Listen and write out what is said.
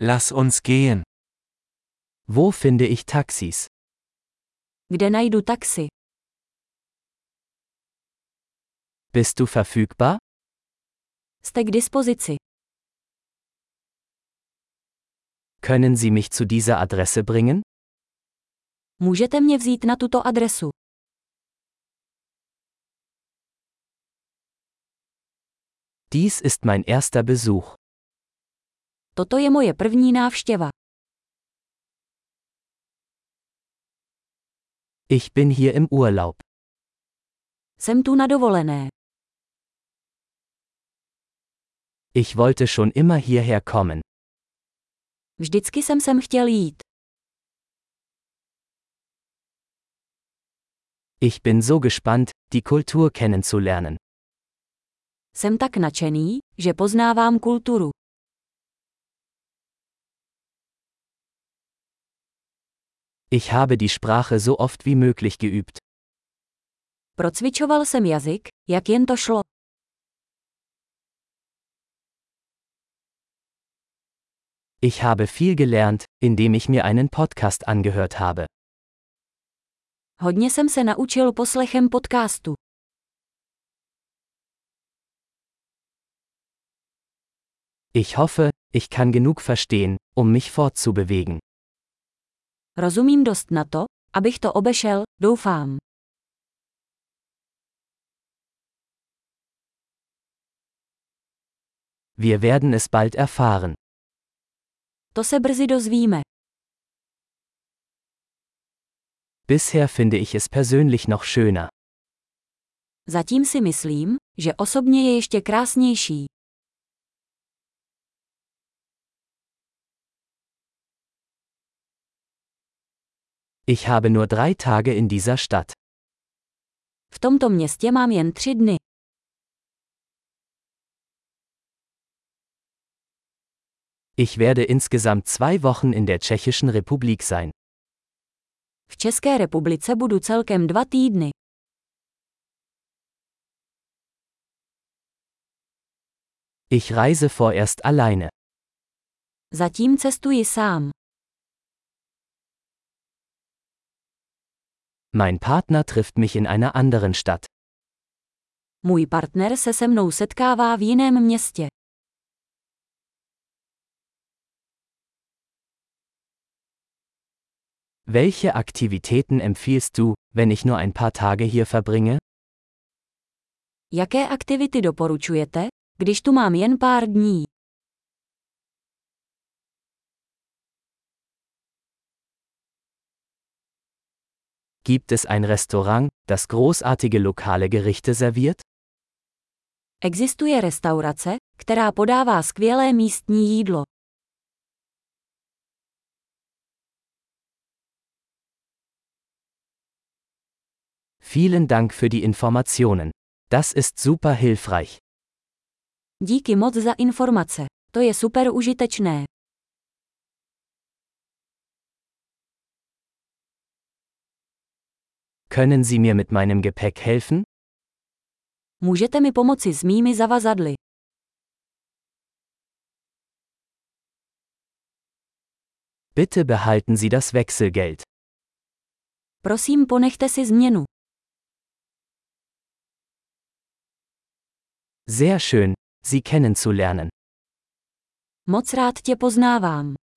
Lass uns gehen. Wo finde ich Taxis? Kde najdu taxi? Bist du verfügbar? Jste k dispozici. Können Sie mich zu dieser Adresse bringen? Můžete mě vzít na tuto adresu. Dies ist mein erster Besuch. Toto je moje první návštěva. Ich bin hier im Urlaub. Jsem tu na dovolené. Ich wollte schon immer hierher kommen. Vždycky jsem sem chtěl jít. Ich bin so gespannt, die Kultur kennenzulernen. Jsem tak nadšený, že poznávám kulturu. Ich habe die Sprache so oft wie möglich geübt. Procvičoval jsem jazyk, jak jen to šlo. Ich habe viel gelernt, indem ich mir einen Podcast angehört habe. Hodně jsem se naučil poslechem podcastu. Ich hoffe, ich kann genug verstehen, um mich fortzubewegen. Rozumím dost na to, abych to obešel, doufám. Wir werden es bald erfahren. To se brzy dozvíme. Bisher finde ich es persönlich noch schöner. Zatím si myslím, že osobně je ještě krásnější. Ich habe nur drei Tage in dieser Stadt. V tomto městě mám jen tři dny. Ich werde insgesamt zwei Wochen in der Tschechischen Republik sein. V České republice budu celkem dva týdny. Ich reise vorerst alleine. Zatím cestuji sám. Mein Partner trifft mich in einer anderen Stadt. Můj partner se se mnou setkává v jiném městě. Welche Aktivitäten empfiehlst du, wenn ich nur ein paar Tage hier verbringe? Jaké aktivity doporučujete, když tu mám jen pár dní? Gibt es ein Restaurant, das großartige lokale Gerichte serviert? Existuje restaurace, která podává skvělé místní jídlo. Vielen Dank für die Informationen. Das ist super hilfreich. Díky moc za informace. To je super užitečné. Können Sie mir mit meinem Gepäck helfen? Můžete mi pomoci s mými zavazadly. Bitte behalten Sie das Wechselgeld. Prosím, ponechte si změnu. Sehr schön, Sie kennenzulernen. Moc rád tě poznávám.